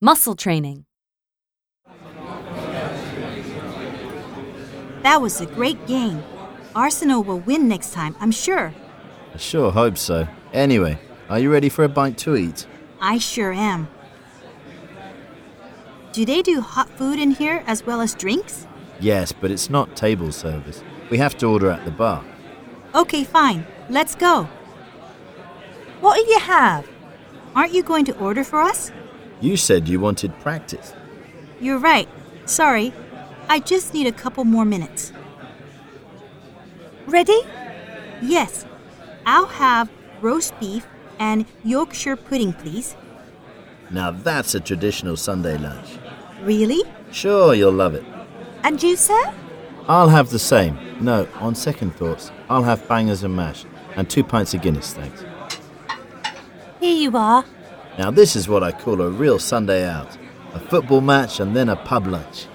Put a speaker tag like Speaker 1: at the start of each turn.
Speaker 1: Muscle training.
Speaker 2: That was a great game. Arsenal will win next time, I'm sure.
Speaker 3: I sure hope so. Anyway, are you ready for a bite to eat?
Speaker 2: I sure am. Do they do hot food in here as well as drinks?
Speaker 3: Yes, but it's not table service. We have to order at the bar.
Speaker 2: Okay, fine. Let's go. What do you have? Aren't you going to order for us?
Speaker 3: You said you wanted practice.
Speaker 2: You're right. Sorry. I just need a couple more minutes. Ready? Yes. I'll have roast beef and Yorkshire pudding, please.
Speaker 3: Now that's a traditional Sunday lunch.
Speaker 2: Really?
Speaker 3: Sure, you'll love it.
Speaker 2: And you, sir?
Speaker 3: I'll have the same. No, on second thoughts, I'll have bangers and mash and two pints of Guinness, thanks.
Speaker 2: Here you are.
Speaker 3: Now this is what I call a real Sunday out a football match and then a pub lunch.